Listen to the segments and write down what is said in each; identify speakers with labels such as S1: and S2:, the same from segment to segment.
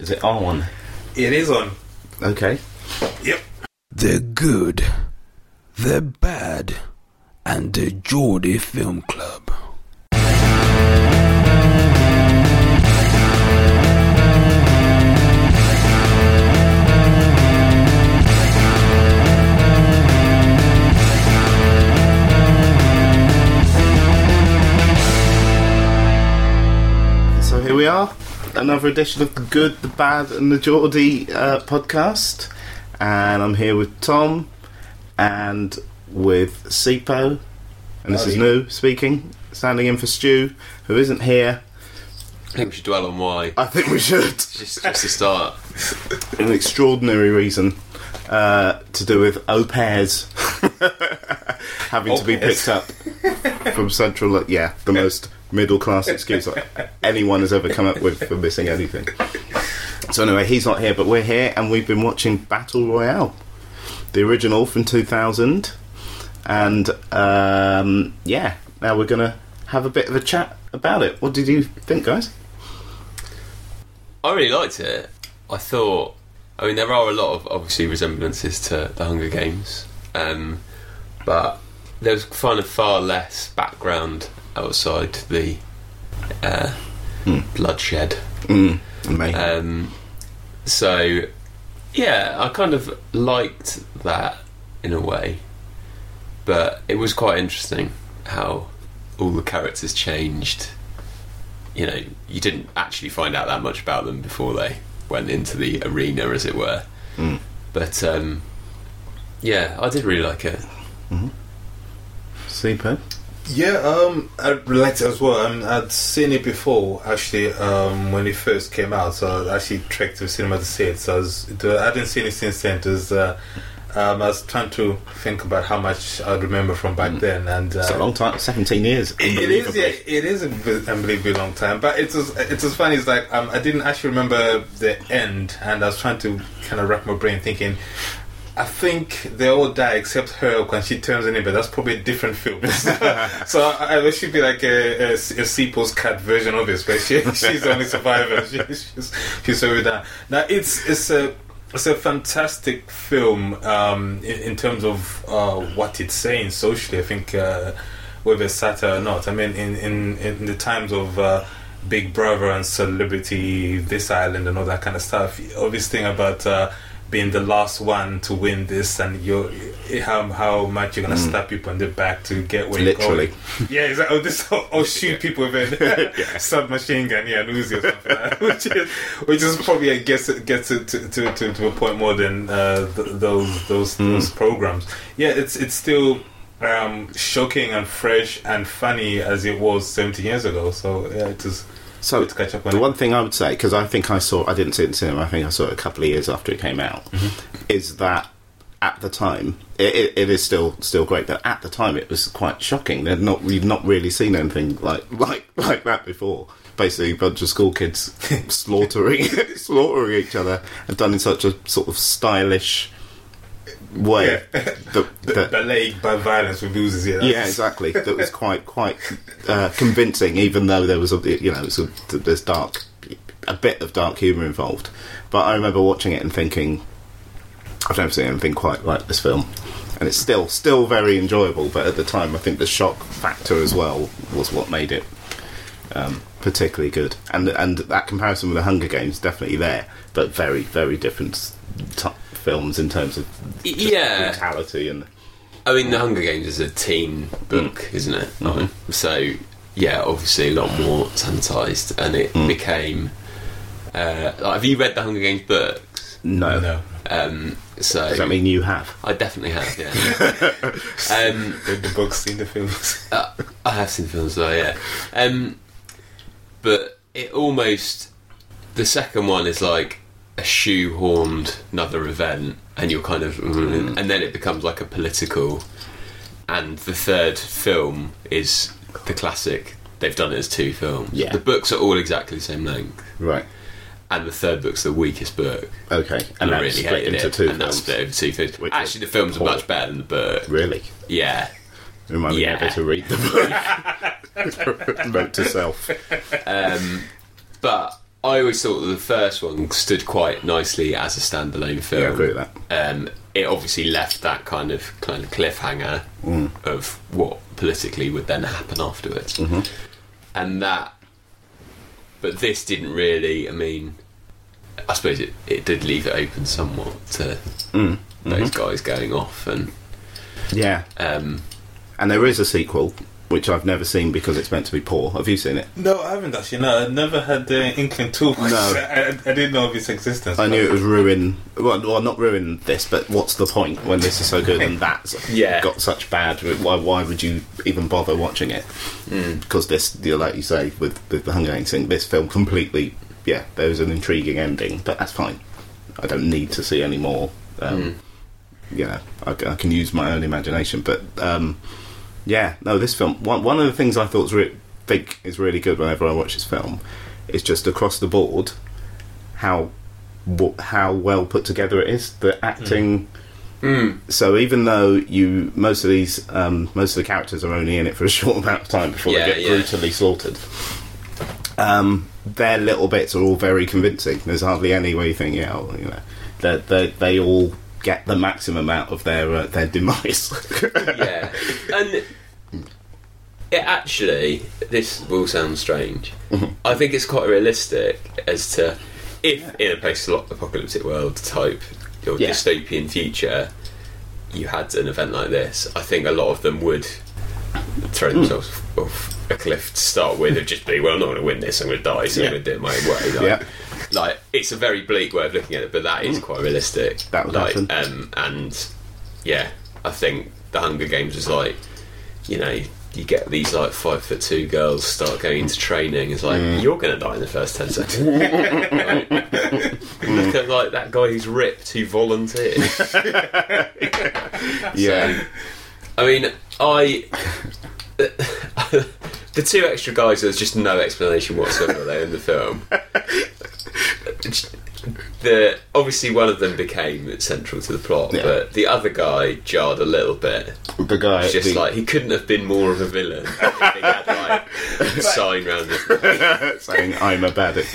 S1: Is it on?
S2: It is on.
S1: Okay.
S2: Yep.
S3: The Good, The Bad, and the Geordie Film Club.
S1: So here we are, another edition of the Good, the Bad, and the Geordie uh, podcast, and I'm here with Tom and with Sipo, and this is
S2: Howdy.
S1: New speaking, standing in for Stu, who isn't here.
S4: I think we should dwell on why.
S1: I think we should.
S4: Just, just to start.
S1: an extraordinary reason uh, to do with au pairs having
S2: Au
S1: to be
S2: pairs.
S1: picked up from central. Lo- Yeah, the most middle class excuse anyone has ever come up with for missing anything. So, anyway, he's not here, but we're here and we've been watching Battle Royale, the original from 2000. And um, yeah, now we're going to have a bit of a chat about it. What did you think, guys?
S4: I really liked it. I thought. I mean, there are a lot of obviously resemblances to the Hunger Games, um, but there was kind of far less background outside the uh, bloodshed.
S2: Hmm.
S1: Mm,
S2: Uh,
S1: amazing.
S4: Um, so, yeah, I kind of liked that in a way, but it was quite interesting how all the characters changed. You know, you didn't actually find out that much about them before they went into the arena, as it were.
S1: Mm.
S4: But um, yeah, I did really like it.
S1: Super.
S2: Yeah, um, I relate as well. Um, I'd seen it before actually um, when it first came out, so I actually trekked to the cinema to see it. So I, was, it- I hadn't seen it since then. It was, uh, um, I was trying to think about how much I'd remember from back then, and
S1: Hmm.
S2: uh,
S1: It's a long time, 17 years.
S2: It is,
S1: Unbelievably.
S2: yeah, it is an unbelievably long time. But it was, it was funny. It's like um, I didn't actually remember the end, and I was trying to kind of rack my brain, thinking, I think they all die except her when she turns in, but that's probably a different film. so I, I should be like a, a, a Sepal's cat version of this, but she, she's the only survivor. She, she's she's over that. Now it's it's a it's a fantastic film um, in, in terms of uh, what it's saying socially. I think uh, whether it's satire or not. I mean, in in, in the times of uh, Big Brother and Celebrity, this island and all that kind of stuff. Obvious thing about. Uh, being the last one to win this, and you how how much you're gonna stab people in the back to get where
S1: Literally.
S2: you're going. Yeah, exactly. Or, this, or, or shoot people with a submachine gun, yeah, an Uzi or something. Like that, which is which is probably I guess it gets it to, to, to, to a point more than uh, th- those those
S1: Hmm.
S2: those programs. Yeah, it's it's still um, shocking and fresh and funny as it was 17 years ago. So yeah, it is.
S1: So
S2: Good to catch up on
S1: the
S2: it.
S1: one thing I would say, because I think I saw, I didn't see it in cinema. I think I saw it a couple of years after it came out.
S2: Mm-hmm.
S1: Is that at the time it, it, it is still still great, but at the time it was quite shocking. They're not you've not really seen anything like like like that before. Basically, a bunch of school kids slaughtering slaughtering each other, and done in such a sort of stylish way. that- that-
S2: Belayed by violence with losers, yeah.
S1: yeah, exactly. That was quite quite uh, convincing, even though there was a you know it's a, there's dark a bit of dark humour involved. But I remember watching it and thinking, I've never seen anything quite like this film, and it's still still very enjoyable. But at the time, I think the shock factor as well was what made it um, particularly good. And and that comparison with the Hunger Games definitely there, but very very different t- films in terms of
S4: Y-
S1: just
S4: yeah.
S1: brutality and.
S4: I mean, The Hunger Games is a teen book,
S1: Mm.
S4: isn't it?
S1: Mm-hmm.
S4: So, yeah, obviously a lot more sanitized, and it
S1: Mm.
S4: became. Uh, like, have you read The Hunger Games books?
S1: No.
S2: No.
S4: Um, so
S1: Does that mean you have?
S4: I definitely have. Yeah, um,
S2: Read the books, seen the films.
S4: uh, I have seen films though. Yeah, um, but it almost the second one is like a shoehorned another event, and you're kind of,
S1: Mm.
S4: and then it becomes like a political. And the third film is the classic. They've done it as two films.
S1: Yeah.
S4: The books are all exactly the same length,
S1: Right.
S4: and the third book's the weakest book.
S1: Okay. And
S4: I
S1: that's
S4: really
S1: split
S4: hated
S1: into
S4: it,
S1: two
S4: and
S1: films.
S4: that's split over two films.
S1: Which
S4: Actually, the
S1: was
S4: films
S1: poor.
S4: are much better than the book.
S1: Really?
S4: Yeah.
S1: Remind me
S4: Yeah.
S1: never to read the book. Note to self.
S4: but I always thought that the first one stood quite nicely as a standalone film.
S1: Yeah, I agree with that.
S4: Um, it obviously left that kind of kind of cliffhanger
S1: Mm.
S4: of what politically would then happen afterwards,
S1: Mm-hmm.
S4: and that. But this didn't really. I mean, I suppose it, it did leave it open somewhat to
S1: Mm.
S4: those
S1: Mm-hmm.
S4: guys going off, and
S1: Yeah,
S4: um,
S1: and there is a sequel which I've never seen because it's meant to be poor. Have you seen it?
S2: No, I haven't actually. No, I never had the inkling to. I, I didn't know of its existence.
S1: I knew it would ruin. Well, well, not ruin this, but what's the point when this is so good and that's
S4: Yeah.
S1: got such bad? Why, why would you even bother watching it? Because this, you know, like you say, with, with the Hunger Games thing, this film completely. Yeah, there was an intriguing ending, but that's fine. I don't need to see any more. Um, You know, I, c- I can use my own imagination, but um, yeah, no, this film. One, one of the things I thought's re- think is really good whenever I watch this film is just across the board how w- how well put together it is. The acting.
S4: Hmm.
S1: So even though you most of these um, most of the characters are only in it for a short amount of time before
S4: Yeah,
S1: they get
S4: yeah.
S1: brutally slaughtered, um, their little bits are all very convincing. There's hardly any where you think, yeah, oh, you know, they they they all get the maximum out of their uh, their demise.
S4: yeah, and it actually this will sound strange.
S1: Mm-hmm.
S4: I think it's quite realistic as to if in a post-apocalyptic world type or
S1: Yeah.
S4: dystopian future you had an event like this, I think a lot of them would
S1: Mm.
S4: throw themselves off a cliff to start with and just be, well, I'm not going to win this. I'm going to die, so
S1: Yeah.
S4: I'm going to do it my own way. Like,
S1: Yeah. Mm.
S4: like it's a very bleak way of looking at it, but that is quite realistic.
S1: That would
S4: like,
S1: happen.
S4: Um, and yeah, I think the Hunger Games is like, you know, you get these like five foot two girls start going into training. It's like
S1: Mm.
S4: you're going to die in the first ten seconds. Right? Look at like that guy who's ripped who volunteered.
S1: yeah,
S4: I mean, I. The two extra guys, there's just no explanation whatsoever. They're in the film. The obviously one of them became central to the plot,
S1: Yeah.
S4: but the other guy jarred a little bit.
S1: the guy
S4: It's
S1: the-
S4: just like he couldn't have been more of a villain. He had like a sign round his neck.
S1: saying, "I'm a baddie."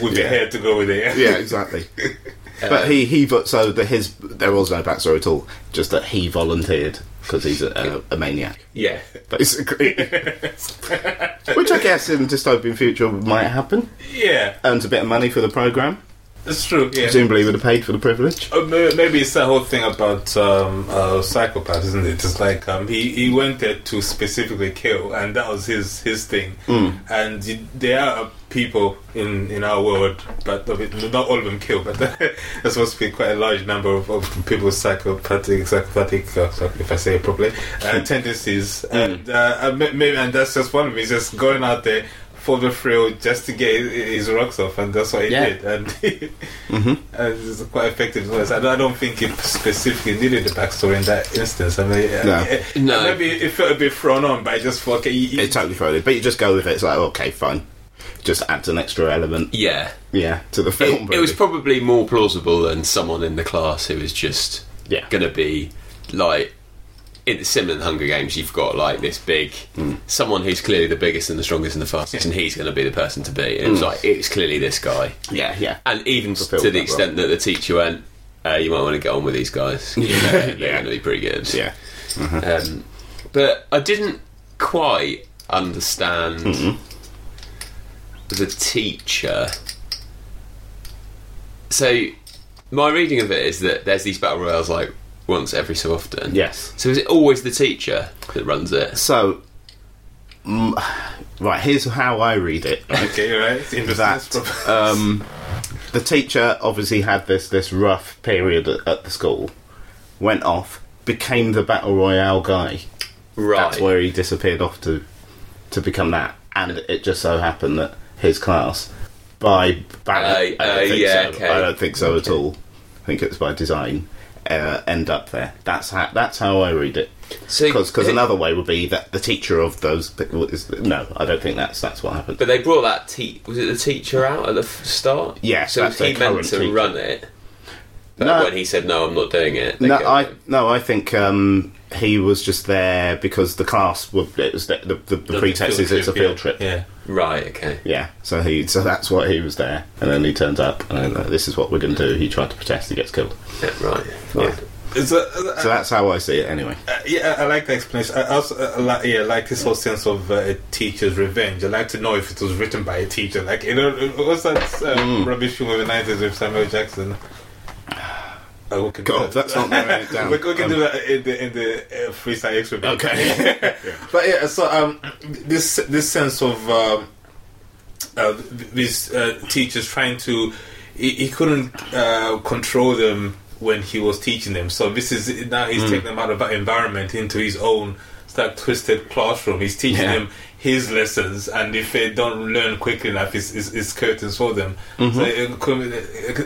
S2: With the
S1: Yeah.
S2: hair to go with it.
S1: Yeah, exactly. but
S4: Um,
S1: he he vo- so the his there was no backstory at all. Just that he volunteered because he's a, a, a maniac,
S4: Yeah,
S1: basically. Which I guess in dystopian future might happen.
S2: Yeah,
S1: Earns a bit of money for the program.
S2: that's true. Yeah.
S1: Presumably would have paid for the privilege.
S2: Oh, may- Maybe it's that whole thing about um, uh, psychopaths, isn't it? It's like um, he he went there to specifically kill, and that was his his thing. And you, there are people in in our world, but of it- not all of them kill, but there's supposed to be quite a large number of, of people with psychopathic psychopathic, uh, sorry, if I say it properly, uh, tendencies. And uh, uh, may- maybe and that's just one of them. He's just going out there. For the thrill, just to get his- his rocks off, and that's what he
S4: Yeah.
S2: did. And uh, it's quite effective voice. I don't, I don't think it specifically needed the backstory in that instance. I mean, uh,
S1: No.
S2: uh,
S4: No.
S2: maybe it felt a bit thrown on, but I just thought, okay, you, you-
S1: It totally thrown it, but you just go with it. It's like okay, fine. Just adds an extra element,
S4: yeah.
S1: yeah, to the film.
S4: It, it was
S1: really.
S4: probably more plausible than someone in the class who is just
S1: Yeah.
S4: going to be like in similar to Hunger Games. You've got like this big
S1: Hmm.
S4: someone who's clearly the biggest and the strongest and the fastest, and he's going to be the person to be. And it was like it's clearly this guy,
S1: yeah, yeah.
S4: and even
S1: Hmm. Fulfilled
S4: to the
S1: that
S4: extent that the teacher went, uh, "You might want to get on with these guys. You know, they're going to be pretty good."
S1: yeah.
S4: Um, but I didn't quite understand
S1: Mm-hmm.
S4: the teacher. So, my reading of it is that there's these battle royals like once every so often.
S1: Yes.
S4: So, is it always the teacher that runs it?
S1: So, mm, right, here's how I read it.
S2: okay, right? It's interesting. It's
S1: that
S2: prob-
S1: um, the teacher obviously had this this rough period at, at the school, went off, became the battle royale guy.
S4: Right.
S1: That's where he disappeared off to to become that, and it just so happened that his class by ballot,
S4: Uh,
S1: I don't
S4: uh,
S1: think
S4: yeah,
S1: so.
S4: okay.
S1: I don't think so at all. I think it's by design. Uh, end up there. That's how that's how I read it.
S4: So- uh,
S1: Because another way would be that the teacher of those people is no. I don't think that's that's what happened.
S4: But they brought that te- was it the teacher out at the f- start?
S1: Yeah,
S4: So was
S1: that's
S4: he
S1: their
S4: meant
S1: current
S4: to
S1: teacher.
S4: run it? But
S1: No.
S4: when he said no, I'm not doing it. they
S1: No,
S4: go,
S1: I no, I think um, he was just there because the class were, it was the, the, the,
S2: the
S1: pretext is
S2: field
S1: it's a
S2: trip,
S1: field trip.
S2: Yeah.
S4: Right. Okay.
S1: Yeah, so he so that's why he was there, and then he turns up, and then, uh, this is what we're going to do. He tried to protest, he gets killed.
S4: Yeah, right.
S1: Yeah.
S2: It's a,
S1: So that's how I see it, anyway.
S2: Uh, yeah, I I like the explanation. I also uh, like, yeah, I like this whole sense of uh, a teacher's revenge. I like to know if it was written by a teacher. Like, you know, what's that um, rubbish film in the nineties with Samuel Jackson? Oh, we can do
S1: God,
S2: that.
S1: that's not narrowing it down.
S2: we, we can
S1: Um,
S2: do that in the in the uh, freestyle extra. bit.
S1: Okay.
S2: but yeah, so um, this this sense of um, uh, th- these uh, teachers trying to he, he couldn't uh, control them when he was teaching them. So this is now he's
S1: Hmm.
S2: taking them out of that environment into his own stuck twisted classroom. He's teaching
S1: Yeah.
S2: them his lessons, and if they don't learn quickly enough, it's, it's, it's curtains for them.
S1: Mm-hmm.
S2: So it could,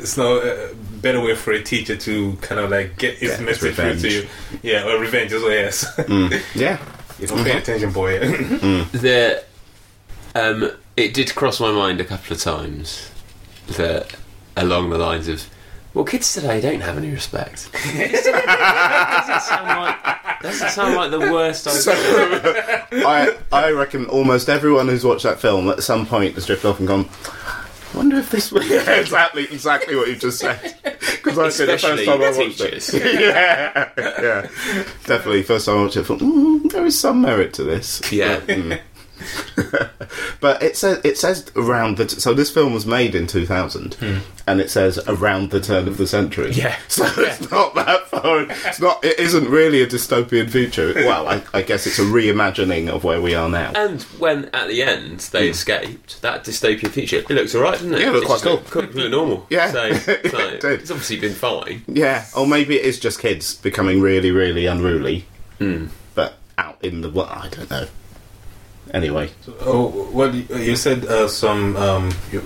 S2: it's no uh, better way for a teacher to kind of like get his
S1: Get his
S2: message through
S1: revenge. Mm.
S2: to you. Yeah, or revenge as well. Yes,
S1: yeah.
S2: you don't
S1: Mm-hmm.
S2: pay attention, boy.
S4: There, um, it did cross my mind a couple of times that along the lines of, well, kids today don't have any respect. doesn't, sound like, doesn't sound like the worst.
S1: So,
S4: idea.
S1: I I reckon almost everyone who's watched that film at some point has drifted off and gone. I wonder if this was yeah, exactly exactly what you just said because I said the first
S4: Especially
S1: time I watched
S4: teachers.
S1: it. yeah, yeah, definitely. First time I watched it, I thought mm, there is some merit to this.
S4: Yeah.
S1: Mm. But it says it says around the t- so this film was made in 2000, and it says around the turn of the century.
S2: Yeah.
S1: so it's not that far. It's not. It isn't really a dystopian future. Well, I, I guess it's a reimagining of where we are now.
S4: And when at the end they escaped, that dystopian feature, it looks alright, doesn't it?
S1: Mm. Yeah, it looked quite
S4: just
S1: cool.
S4: looked cool. It looked normal.
S1: Yeah.
S4: So,
S1: It
S4: so
S1: did.
S4: it's obviously been fine.
S1: yeah, or maybe it is just kids becoming really, really unruly,
S2: Hmm.
S1: but out in the well, I don't know. Anyway,
S2: Oh, well, you you said uh, some um, you-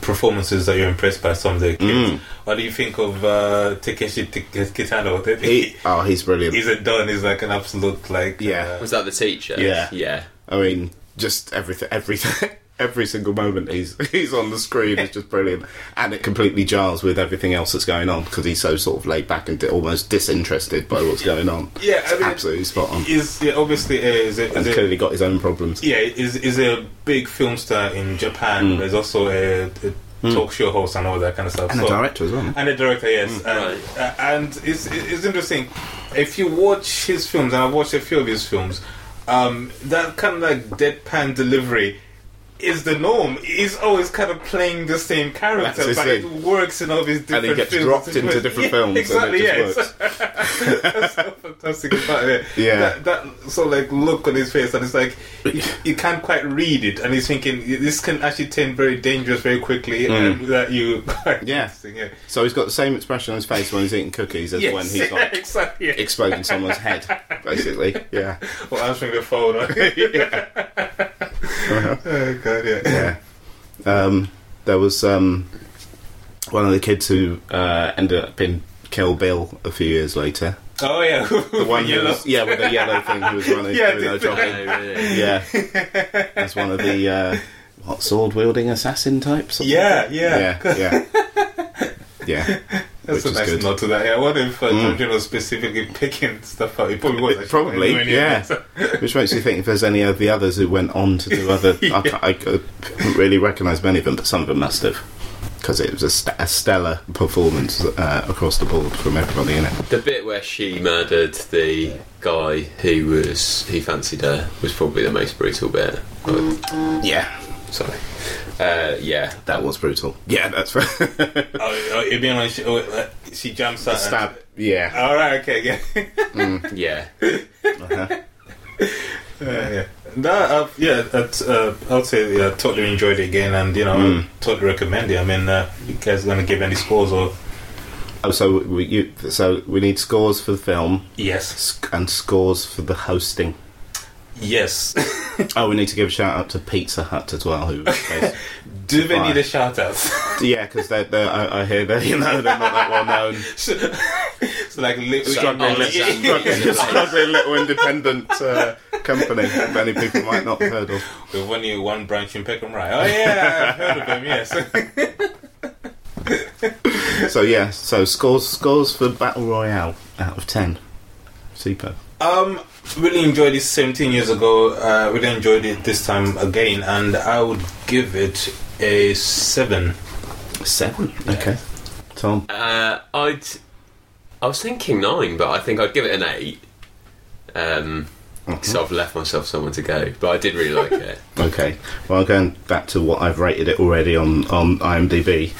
S2: performances that you're impressed by some of the kids. What do you think of uh, Takeshi Tik- Kitano?
S1: he,
S2: He,
S1: oh, he's brilliant.
S2: he's a don. He's like an absolute like uh,
S1: Yeah.
S4: Was that the teacher?
S1: Yeah.
S4: Yeah.
S1: I mean, just everything, everything, every single moment he's he's on the screen is just brilliant, and it completely jars with everything else that's going on because he's so sort of laid back and di- almost disinterested by what's going on.
S2: Yeah, I
S1: It's
S2: mean-
S1: absolutely spot on.
S2: Is yeah, obviously uh, is a,
S1: And he's
S2: is a-
S1: clearly got his own problems.
S2: yeah is is a big film star in Japan. but There's also a, a talk show host and all that kind of stuff.
S1: And a
S2: So-
S1: director as well.
S2: and a director,
S1: Mm.
S2: yes. and uh, and it's, it's interesting. If you watch his films, and I've watched a few of his films, um, that kind of like deadpan delivery is the norm. He's always kind of playing the same
S1: That's
S2: character,
S1: his
S2: but it
S1: thing.
S2: works in all these different
S1: And he gets
S2: films.
S1: dropped into different
S2: Yeah,
S1: films,
S2: Exactly,
S1: and it
S2: yes.
S1: just works.
S2: That's so fantastic about it.
S1: Yeah.
S2: That, that sort of like look on his face, and it's like you, you can't quite read it, and he's thinking this can actually turn very dangerous very quickly, and that you.
S1: Mm. Yeah.
S2: yeah.
S1: So he's got the same expression on his face when he's eating cookies as
S2: Yes,
S1: when he's like
S2: exactly. yeah.
S1: exploding someone's head, basically. Yeah,
S2: Or answering the phone. yeah. oh god,
S1: yeah.
S2: yeah.
S1: Um, there was um, one of the kids who uh, ended up in Kill Bill a few years later.
S2: Oh yeah,
S1: The one who
S2: yellow.
S1: was- yeah, with the yellow thing who was running
S2: Yeah,
S1: doing her
S2: the-
S1: job.
S4: Oh, really?
S1: Yeah. That's one of the uh, what sword wielding assassin types? Something
S2: Yeah,
S1: like
S2: yeah.
S1: that? Yeah, yeah. Yeah. Which
S2: That's a
S1: is
S2: nice
S1: good. Mm.
S2: note to that. Yeah, what if uh, George was specifically picking stuff up? He probably was. actually
S1: Probably,
S2: doing it.
S1: yeah. Which makes you think if there's any of the others who went on to do other. I, can't- I couldn't really recognise many of them, but some of them must have. Because it was a, st- a stellar performance uh, across the board from everybody in it.
S4: The bit where she murdered the guy who was he fancied her was probably the most brutal bit. Oh,
S1: Yeah,
S4: sorry. Uh, yeah.
S1: that was brutal. Yeah, that's right.
S2: Oh, oh, it'd be like she, oh, uh, she jumps out. and-
S1: Stab. Yeah.
S2: All right, okay, yeah.
S4: Yeah.
S1: Uh-huh.
S2: Yeah, yeah. No, uh, yeah, that's, uh, I'll say yeah, totally enjoyed it again, and you know,
S1: Mm.
S2: totally recommend it. I mean, uh, you guys gonna give any scores or?
S1: Oh, so we you, so we need scores for the film
S2: Yes,
S1: sc- and scores for the hosting.
S2: yes.
S1: Oh, we need to give a shout out to Pizza Hut as well. Who,
S2: Do they
S1: Why?
S2: need a shout out?
S1: yeah, because they're, they're, I, I hear they you know they're not that well known.
S2: so, so like li-
S1: Struggling,
S4: Oh,
S1: little,
S4: yeah.
S1: struggling, struggling little independent uh, company that many people might not have heard of.
S2: We've only one branch in Peckham Rye. Oh yeah, I've heard of them. Yes.
S1: So yeah, so scores scores for Battle Royale out of ten. Super.
S2: um, really enjoyed it 17 years ago. I really enjoyed it this time again, and I would give it a seven.
S1: Seven. Okay. Tom.
S4: Uh, I'd. I was thinking nine, but I think I'd give it an eight. Um, so I've left myself somewhere to go, but I did really like it.
S1: Okay. Well, going back to what I've rated it already on on IMDb,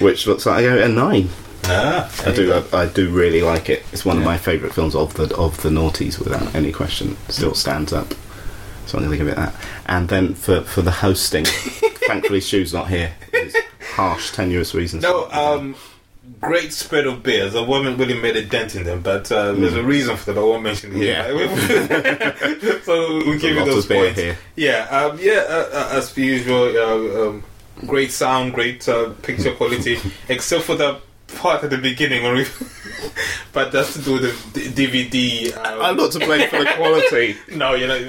S1: which looks like I go a nine.
S2: Ah,
S1: I do. I, I do really like it. It's one of my favourite films of the of the noughties, without any question. Still stands up. So I'm going to give it that. And then for for the hosting, thankfully Stu's not here. There's harsh, tenuous reasons.
S2: No, um, great spread of beers. I haven't really made a dent in them, but uh, there's a reason for that. I won't mention it. Yeah. so we give you
S1: lot
S2: those
S1: of beer
S2: points.
S1: here.
S2: Yeah, um, yeah. Uh, uh, as per usual, uh, um, great sound, great uh, picture quality, except for that part at the beginning when we. but that's to do with the d- DVD. Um,
S1: I'm Uh, not to blame for the quality,
S2: no, you know.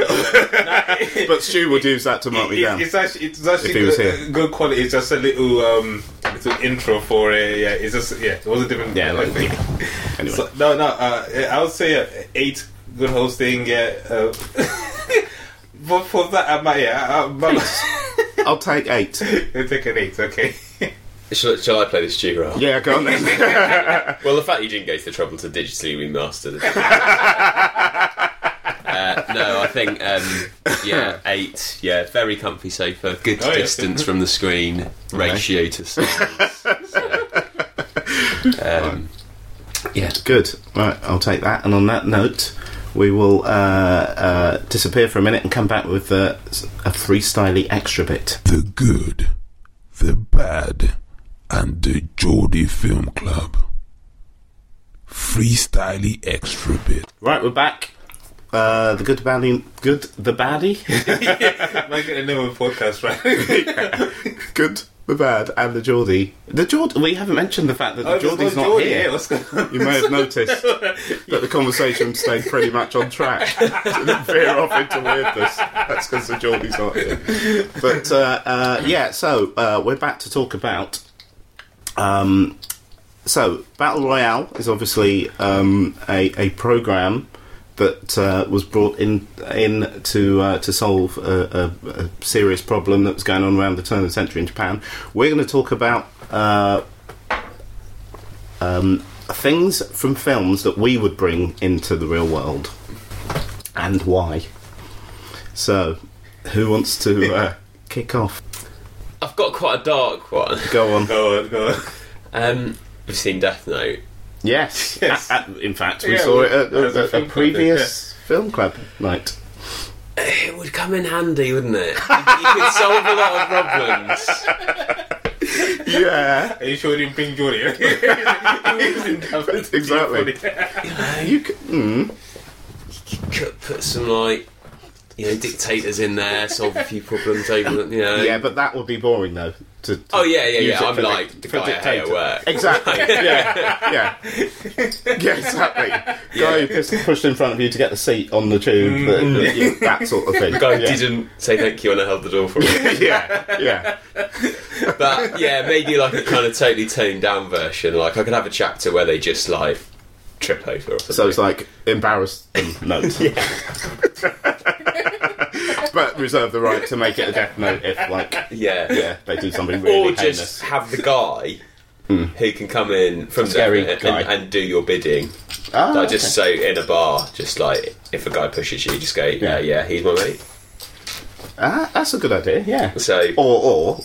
S1: but Stu would use that to mark me
S2: It-
S1: down.
S2: It's actually it's actually
S1: If he was
S2: good,
S1: here.
S2: good quality. It's just a little um little intro for a yeah. It's just yeah. It was a different
S1: Yeah, like-
S2: thing.
S1: Anyway.
S2: So, no, no. Uh, I would say uh, eight good hosting. Yeah. Uh, but for that, I might yeah. I, I might
S1: I'll take eight.
S2: I'll take an eight. Okay.
S4: Shall, shall I play this G roll?
S1: Yeah, go on then.
S4: Well, the fact you didn't go to the trouble to digitally remaster it. uh, no, I think um, yeah, eight. Yeah, very comfy sofa. Good
S2: Oh, yeah.
S4: distance from the screen. Ratio to size. So, um, yeah.
S1: Good. Right, I'll take that. And on that note, we will uh, uh, disappear for a minute and come back with uh, s- a freestyly extra bit.
S3: The Good, the Bad, and the Geordie Film Club. Freestyle Extra Bit.
S1: Right, we're back. Uh, the good, the baddie, good, the baddie,
S2: Might get a name of the podcast right.
S1: good, the bad, and the Geordie. The Geordie. We haven't mentioned the fact that the Geordie's not
S2: Geordie,
S1: here.
S2: Yeah, what's going on?
S1: You may have noticed that the conversation stayed pretty much on track. Didn't veer off into weirdness. That's because the Geordie's not here. But uh, uh, yeah, so uh, we're back to talk about. Um, so Battle Royale is obviously um, a, a program that uh, was brought in in to uh, to solve a, a, a serious problem that was going on around the turn of the century in Japan. We're going to talk about. Uh, um, things from films that we would bring into the real world and why. So, who wants to uh, kick off?
S4: I've got quite a dark one.
S1: Go on.
S2: Go on, go on.
S4: Um, we've seen Death Note.
S1: Yes.
S2: Yes.
S1: A- a- in fact, we
S2: Yeah,
S1: saw
S2: we-
S1: it at,
S2: that was
S1: a-
S2: a
S1: a-
S2: film
S1: a
S2: club,
S1: previous film club night.
S4: It would come in handy, wouldn't it? You, you could solve a lot of problems.
S1: Yeah.
S2: Are you sure you didn't bring Geordie? exactly.
S1: Exactly. You c- mm,
S4: Could put some like. You know, dictators in there, solve a few problems over, you know.
S1: yeah, but that would be boring though. To, to
S4: Uh, Oh yeah, yeah,
S1: use
S4: yeah.
S1: it
S4: I'm
S1: for
S4: like
S1: dic-
S4: the
S1: for
S4: guy I hate at
S1: dictator.
S4: work.
S1: Exactly. yeah. Yeah. Yeah. Exactly. Guy who pushed, pushed in front of you to get the seat on the tube. that- that, yeah, that sort of thing.
S4: Mm. The guy who
S1: yeah.
S4: didn't say thank you when I held the door for him.
S1: yeah. Yeah.
S4: but yeah, maybe like a kind of totally toned down version. Like I could have a chapter where they just like trip over. Or something.
S1: So it's like embarrass them note. but reserve the right to make it a death note if, like,
S4: yeah,
S1: yeah, they do something really
S4: Or
S1: heinous.
S4: just have the guy who can come in from
S1: Scary
S4: Death Note
S1: guy.
S4: and, and do your bidding.
S1: Ah,
S4: Like just so in a bar, just like if a guy pushes you, just go, yeah, yeah, he's my mate.
S1: okay. Ah, that's a good idea. Yeah.
S4: So-
S1: or or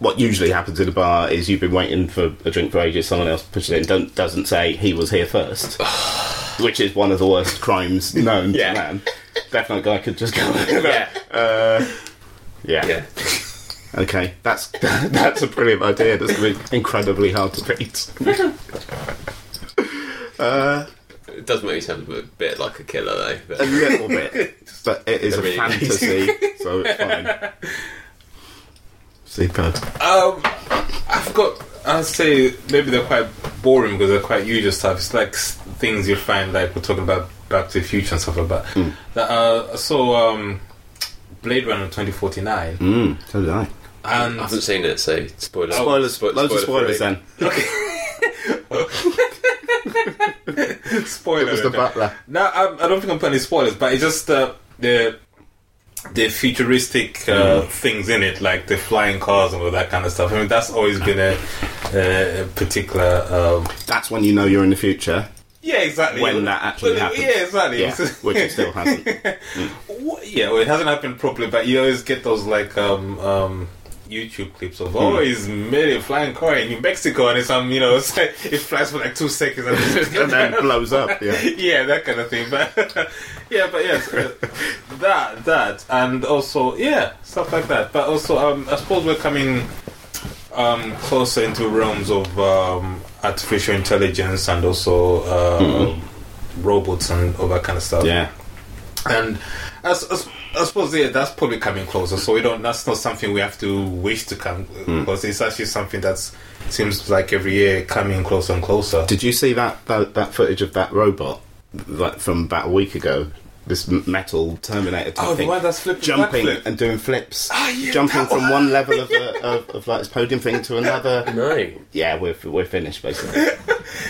S1: what usually happens in a bar is you've been waiting for a drink for ages. Someone else pushes in, don't, doesn't say he was here first, which is one of the worst crimes known
S4: Yeah.
S1: to man. Death note guy could just go.
S4: Yeah,
S1: yeah.
S4: yeah.
S1: Okay, that's that's a brilliant idea. That's going to be incredibly hard to beat.
S4: It does make me sound a bit like a killer though. But.
S1: A little bit, but it is a
S4: Really?
S1: fantasy, so it's fine. Superb.
S2: Um, I've got. I'd say maybe they're quite boring because they're quite usual stuff. It's like s- things you find like we're talking about Back to the Future and stuff like that. That, uh, so um, Blade Runner twenty forty nine
S1: Mm, so did I.
S2: and
S4: I haven't
S2: Oh,
S4: seen it, so spoilers.
S1: Spoilers,
S4: Spo-
S1: loads of
S4: spoiler
S1: spoilers
S4: free.
S1: then.
S2: Spoiler.
S1: It was the
S2: alert.
S1: butler.
S2: No, I, I don't think I'm putting any spoilers, but it's just uh, the the futuristic uh,
S1: Mm.
S2: things in it, like the flying cars and all that kind of stuff. I mean, that's always been a, a particular. Um,
S1: That's when you know you're in the future
S2: yeah, exactly.
S1: when that actually
S2: Well,
S1: happens.
S2: Yeah, exactly.
S1: Yeah, which it still hasn't.
S2: Wha- yeah, well, it hasn't happened properly, but you always get those like um, um, YouTube clips
S1: Mm.
S2: of oh, he's made a flying car in New Mexico, and it's um, you know, it's like- it flies for like two seconds, and,
S1: and then blows up. Yeah.
S2: yeah, that kind of thing. But yeah, but yes, uh, that that and also yeah, stuff like that. But also, um, I suppose we're coming um, closer into realms of um, artificial intelligence and also um, robots and all that kind of stuff.
S1: Hmm. Yeah.
S2: And I, s- I s- I suppose yeah, that's probably coming closer. So we don't. That's not something we have to wish to come
S1: Hmm.
S2: because it's actually something that's seems like every year coming closer and closer.
S1: Did you see that, that that footage of that robot like from about a week ago? This m- metal Terminator type
S2: Oh, the
S1: thing.
S2: one that's flipping
S1: jumping
S2: backflip.
S1: and doing flips,
S2: Ah, yeah,
S1: jumping
S2: that
S1: from one level of, the, of, of like this podium thing to another.
S4: No.
S1: Yeah, we're we're finished basically.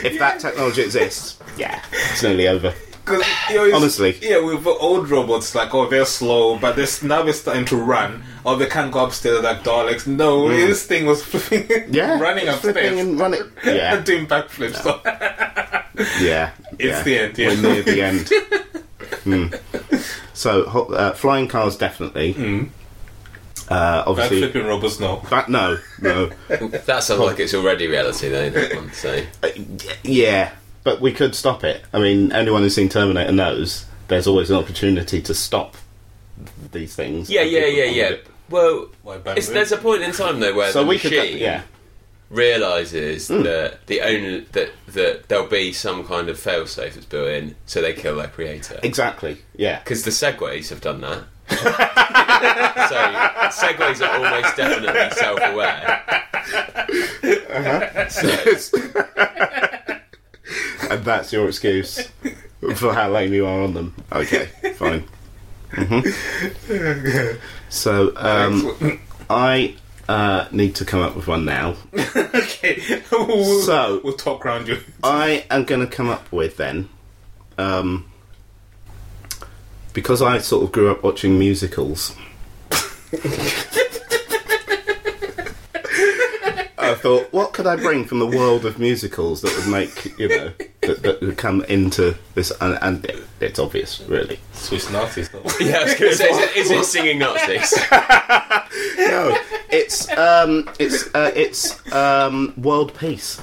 S1: if that technology exists, yeah, it's nearly over.
S2: Cause, you know, it's-
S1: Honestly.
S2: yeah, with old robots, like oh, they're slow, but they're s- now they're starting to run, or they can't go upstairs like Daleks. No, this thing was flipping,
S1: Mm. Yeah,
S2: running
S1: it's flipping
S2: upstairs
S1: and running.
S2: and
S1: Yeah,
S2: doing backflips. So,
S1: yeah.
S2: It's
S1: yeah.
S2: the end, yeah.
S1: We're near the end. Mm. So ho- uh, flying cars definitely.
S2: Hmm.
S1: Uh,
S2: but
S1: obviously,
S2: flipping robots, no.
S1: But no, no.
S4: That sounds like it's already reality, though. That one, so
S1: Uh, yeah, but we could stop it. I mean, anyone who's seen Terminator knows there's always an opportunity to stop these things.
S4: yeah, yeah, yeah, yeah. Well,
S2: Why,
S4: it's, there's a point in time though where
S1: So
S4: the
S1: we could,
S4: machine
S1: yeah, Hmm.
S4: realizes that the owner that that there'll be some kind of failsafe that's built in, so they kill their creator.
S1: exactly, yeah.
S4: Because the segways have done that. so segways are almost definitely self-aware.
S1: Uh-huh. and that's your excuse for how lame you are on them. Okay, fine. hmm So um, I uh, need to come up with one now.
S2: okay, we'll,
S1: So-
S2: we'll talk round you.
S1: I am going to come up with then, um, because I sort of grew up watching musicals. I thought, what could I bring from the world of musicals that would make you know that, that would come into this? And, and it, it's obvious, really.
S2: Swiss Nazis. though.
S4: Yeah, I was going to say, is it, is it singing Nazis?
S1: No, it's um, it's uh, it's um, world peace.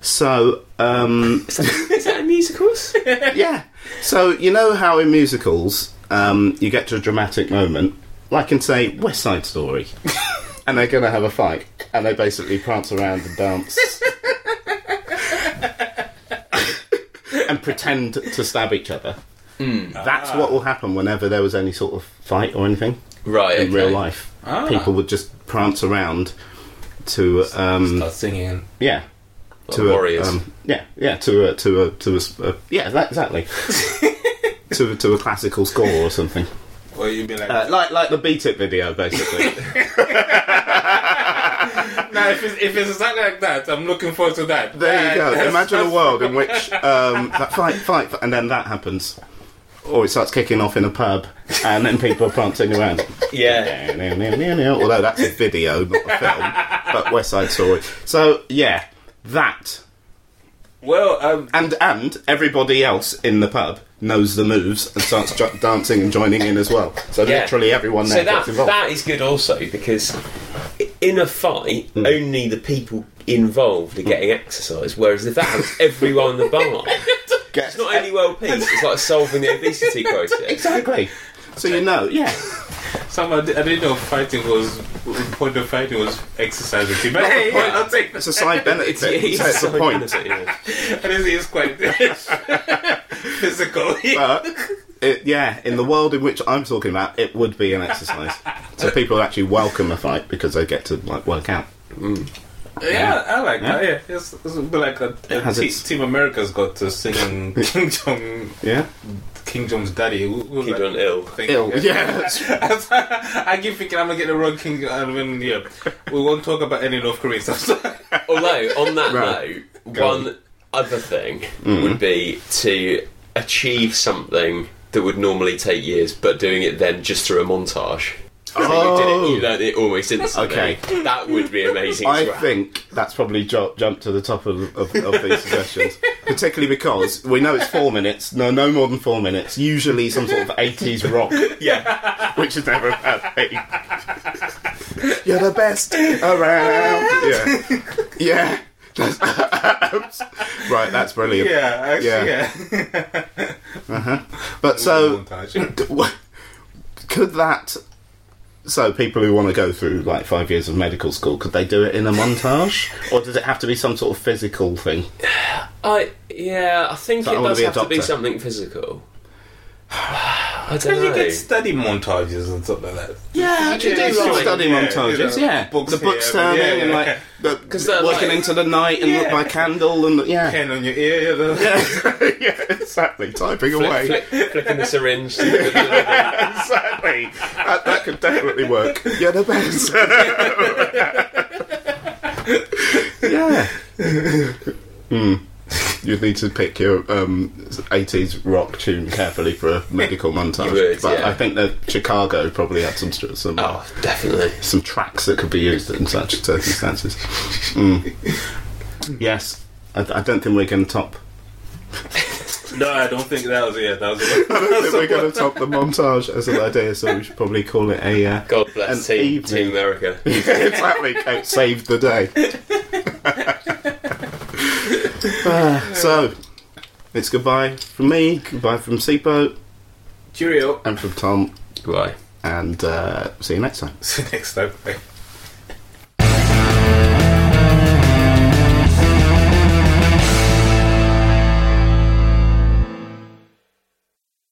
S1: So um,
S4: is that in musicals?
S1: yeah. So you know how in musicals, um, you get to a dramatic moment, like in say West Side Story, and they're going to have a fight, and they basically prance around and dance. And pretend to stab each other. That's what will happen whenever there was any sort of fight or anything
S4: Right,
S1: in real
S4: okay.
S1: life. People would just prance around to um,
S2: Start singing.
S1: yeah. um,
S4: Like warriors.
S1: yeah, yeah, to a to a to a, s- a- yeah, that, exactly. to a- to a classical score or something,
S2: Or you'd be like,
S1: uh, like like the Beat It video, basically.
S2: nah, if it's, if it's exactly like that, I'm looking forward to that.
S1: there you
S2: Nah,
S1: go.
S2: that's-
S1: Imagine a
S2: that's-
S1: world in which um, that fight fight, and then that happens, or it starts kicking off in a pub, and then people are prancing around.
S4: Yeah.
S1: Although that's a video, not a film, but West Side Story. So yeah, that
S2: Well, um,
S1: and and everybody else in the pub knows the moves and starts ju- dancing and joining in as well. So
S4: Yeah.
S1: literally everyone there
S4: So that,
S1: gets involved.
S4: that is good also because i- in a fight,
S1: Hmm.
S4: only the people involved are getting exercise. Whereas if that happens, everyone in the bar,
S1: Gets-
S4: it's not only world peace, it's like solving the obesity crisis.
S1: exactly. So you know, yeah.
S2: some I di- I didn't know fighting was point of fighting was exercise routine, but hey, yeah, I'll take that.
S1: It's a side benefit.
S4: It's,
S1: so It's, a
S4: so
S1: point,
S4: good, yeah.
S2: And it is quite physical.
S1: but it, yeah, in the world in which I'm talking about, it would be an exercise. So people actually welcome a fight because they get to like work out.
S2: yeah, I like that. Yeah, it's, it's a bit like a, a
S1: has
S2: te-
S1: its-
S2: Team America's got to singing King Jong
S1: Yeah,
S2: King John's daddy. Who, who was
S4: King
S2: that
S4: John ill.
S2: thing?
S1: Ill. Yeah.
S2: I keep thinking I'm gonna get the wrong King. I mean, yeah, we won't talk about any North Korean stuff.
S4: Although, on that
S1: Right. Mm-hmm.
S4: note,
S2: Go
S4: one other thing would be to achieve something that would normally take years, but doing it then just through a montage. So you did
S1: Oh.
S4: it, you learned it almost instantly.
S1: Okay.
S4: That would be amazing
S1: I
S4: as well.
S1: think that's probably ju- jumped to the top of, of, of these suggestions, particularly because we know it's four minutes, no, no more than four minutes. Usually, some sort of eighties rock,
S4: Yeah.
S1: which is never a bad thing. You're the best around. Yeah, yeah. That's- right, that's brilliant.
S2: yeah,
S1: Yeah. Oh.
S2: actually, yeah.
S1: But so,
S2: Montage.
S1: D- wha- could that so people who want to go through like five years of medical school could they do it in a montage or does it have to be some sort of physical thing
S4: I yeah, I think
S1: So I
S4: it
S1: wanna
S4: does
S1: be a
S4: have to be
S1: doctor.
S4: something physical. I
S2: But
S4: don't
S2: you
S4: know.
S2: get study montages and stuff like that.
S1: yeah
S4: you do
S1: some
S4: right.
S1: study
S2: Yeah,
S1: montages
S2: you know,
S1: yeah
S2: books
S1: the book
S2: here,
S1: turning
S2: yeah, yeah.
S1: and like the,
S4: 'Cause they're
S1: working
S4: like-
S1: into the night and look
S2: Yeah.
S1: by candle and yeah
S2: Pen on your ear. the-
S1: yeah, yeah exactly typing away
S4: Flick, flick, flicking the syringe. to the- the-
S1: exactly that, that could definitely work you're the best yeah Hmm. you'd need to pick your um, 80s rock tune carefully for a medical montage
S4: You would,
S1: but
S4: yeah.
S1: I think that Chicago probably had some str- some,
S4: oh, definitely.
S1: some tracks that could be used in such circumstances Mm. yes I, I don't think we're going to top
S2: No, I don't think that was it. Yeah, that was it.
S1: I don't think we're going to top the montage as an idea so we should probably call it a uh,
S4: God
S1: An
S4: bless Team,
S1: evening.
S4: team America.
S1: exactly. Coach saved the day. Ah, so, it's goodbye from me, goodbye from Seaboat,
S2: Cheerio.
S1: and from Tom,
S4: Goodbye.
S1: and uh, see you next time.
S2: See you next time. Bye.